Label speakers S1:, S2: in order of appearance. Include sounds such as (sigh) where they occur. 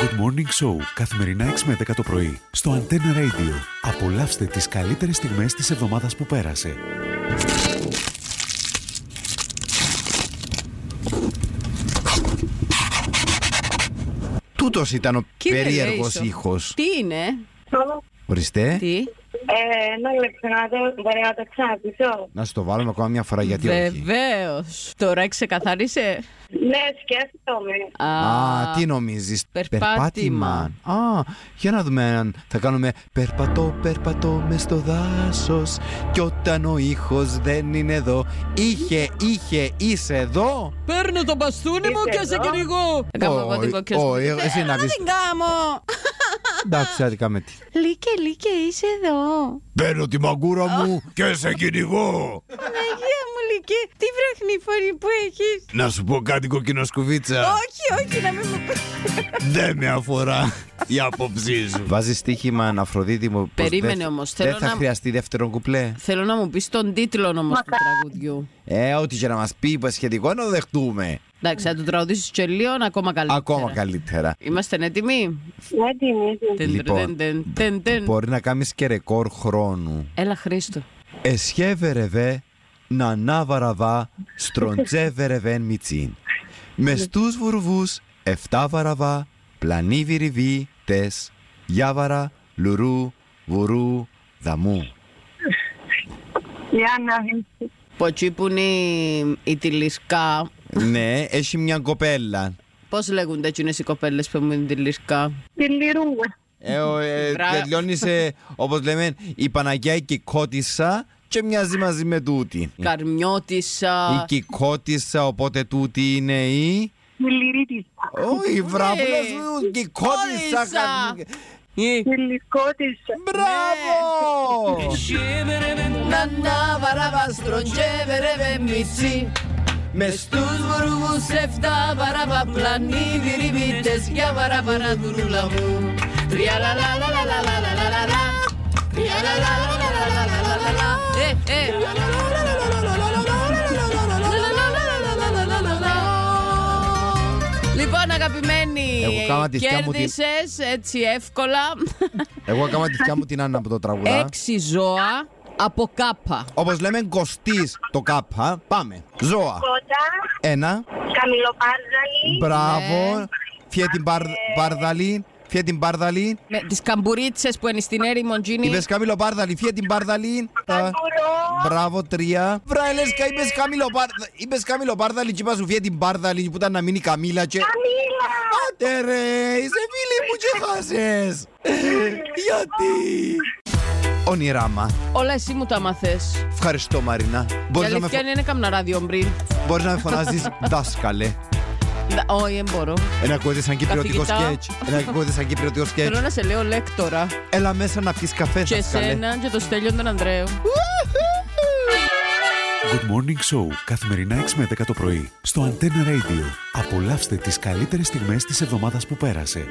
S1: Good Morning Show, καθημερινά 6 με 10 το πρωί, στο Antenna Radio. Απολαύστε τις καλύτερες στιγμές της εβδομάδας που πέρασε.
S2: Τούτος ήταν ο
S3: Κύριε
S2: περίεργος
S3: Λέησο,
S2: ήχος.
S3: Τι είναι,
S2: Ορίστε.
S3: τι.
S4: Ε, ένα λεπτό να το, μπορεί να το ξαναπήσω.
S2: Να σου το βάλουμε ακόμα μια φορά ε, γιατί όχι.
S3: Βεβαίως. Τώρα ξεκαθάρισε.
S4: Ναι, σκέφτομαι.
S2: Α, τι νομίζεις
S3: Περπάτημα.
S2: Α, για να δούμε έναν. Θα κάνουμε περπατώ, περπατώ μες στο δάσος Κι όταν ο ήχος δεν είναι εδώ Είχε, είχε, είσαι εδώ
S3: Παίρνω το μπαστούνι μου και σε κυνηγώ. Θα Ε, Κάνω εγώ την
S2: Όχι,
S3: κοκκιόσκο.
S2: όχι, εσύ να
S3: Δεν (laughs)
S2: δεις
S3: την κάμω.
S2: Εντάξει, άδικα με τι
S3: Λίκε, λίκε, είσαι εδώ.
S2: Παίρνω τη μαγκούρα μου και σε κυνηγώ
S3: Αγία μου, Λίκε, τι βραχνή φωνή που έχεις.
S2: Να σου πω κάτι κοκκινοσκουβίτσα
S3: Όχι, όχι, να μην μου πεις.
S2: Δεν με αφορά η άποψή σου. Βάζεις στοίχημα Αναφροδίτη μου. πως
S3: Περίμενε
S2: δεν-
S3: όμως, θέλω
S2: Δεν θα
S3: να-
S2: χρειαστεί δεύτερο κουπλέ.
S3: Θέλω να μου πεις τον τίτλο όμως του τραγουδιού.
S2: Ε, ό,τι και να μας πει είπα, σχετικό να δεχτούμε.
S3: Εντάξει, θα του τραγουδήσεις και λίγο, ακόμα καλύτερα.
S2: Ακόμα καλύτερα.
S3: Είμαστε έτοιμοι.
S4: Ναι, τι είναι.
S3: Τεν,
S2: Λοιπόν,
S3: τεν, τεν, τεν, τεν.
S2: Μπορεί να κάνεις και ρεκόρ χρόνου.
S3: Έλα, Χρήστο.
S2: Εσχέβερε βε να ναβαραβά
S3: (laughs)
S2: στροντζέβερε βεν μιτσίν. Με στου βουρβούς εφτά βαραβά πλανίβυρι βι τες γιάβαρα λουρού βουρού δαμού.
S3: (laughs)
S4: Για να δεις.
S3: Ποτσί που είναι η- η τυλισκά.
S2: ναι, έχει μια κοπέλα.
S3: Πώς λέγονται εκείνες οι κοπέλες που μου είναι τυλισκά.
S4: Τη λιρούγα.
S2: Ε, ο, ε,
S3: Μπράβο.
S2: τελειώνεις σε, όπως λέμε, η Παναγιά η Κικότισσα και μοιάζει μαζί με τούτη. Η
S3: Καρμιώτισσα.
S2: Κικότισσα, οπότε τούτη είναι η...
S4: Τη λυρίτησα.
S2: Ω, η βραβούλα
S3: Ναι.
S2: σου, Κικότισσα.
S3: Κικότισσα.
S2: κα-
S3: Η-
S4: Τη λυκότησα.
S3: Ναι.
S2: Μπράβο!
S3: Να να βαράβα στροντζέβερε με μισή.
S2: Μες στου...
S3: Στους βουρβούς εφτά βαράβα πλανίδι ριβίτες για βαράβαρα δουρούλα μου. Τριαλαλαλαλαλαλαλαλα. Τριαλαλαλαλαλαλαλαλα. Ε, ε. Λοιπόν αγαπημένοι,
S2: Εγώ κάμα τη σκιά μου την-
S3: κέρδισες έτσι εύκολα
S2: Εγώ έκανα τη θεία μου την Άννα από το τραγουδά.
S3: έξι ζώα από κάπα.
S2: Όπως λέμε, κοστής το κάπα. Πάμε. Ζώα.
S4: Κότα.
S2: Ένα.
S4: Καμιλοπάρδαλη.
S3: Ναι.
S2: Μπράβο. Φιέ την παρ- παρδαλή. Φιέ την παρδαλή.
S3: Με τις καμπουρίτσες που είναι στην έρημο Τζίνι.
S2: Είπες Κάμιλο Πάρδαλη, φύγε την Πάρδαλη. Τα-
S4: Καγκουρό.
S2: Μπράβο, τρία. Βρα, Ελέσκα, είπες Κάμιλο Πάρδαλη. Είπες Κάμιλο Πάρδαλη και είπα σου φύγε την Πάρδαλη που ήταν να μείνει η Καμίλα και...
S4: Καμίλα.
S2: Άντε ρε, είσαι φίλη μου και χάσες. Γιατί. Όνειρά μα.
S3: Όλα εσύ μου τα μαθες.
S2: Ευχαριστώ Μαρίνα.
S3: Η
S2: Μπορείς να με,
S3: αλήθεια
S2: φω-
S3: είναι δεν έκαμνα ράδιο πριν.
S2: μπορείς να με φωνάζεις δάσκαλε.
S3: Δα- Όχι, δεν μπορώ.
S2: Ένα ακούγεται σαν κυπριωτικό
S3: Καθηγητά.
S2: σκέτς. Ένα ακούγεται σαν κυπριωτικό σκέτς.
S3: Θέλω να σε λέω λέκτορα.
S2: Έλα μέσα να πεις καφέ
S3: Και
S2: δάσκαλε.
S3: εσένα και το Στέλιο τον Ανδρέο.
S1: Good Morning Show, καθημερινά 6 με 10 το πρωί, στο Antenna Radio. Απολαύστε τις καλύτερες στιγμές της εβδομάδας που πέρασε.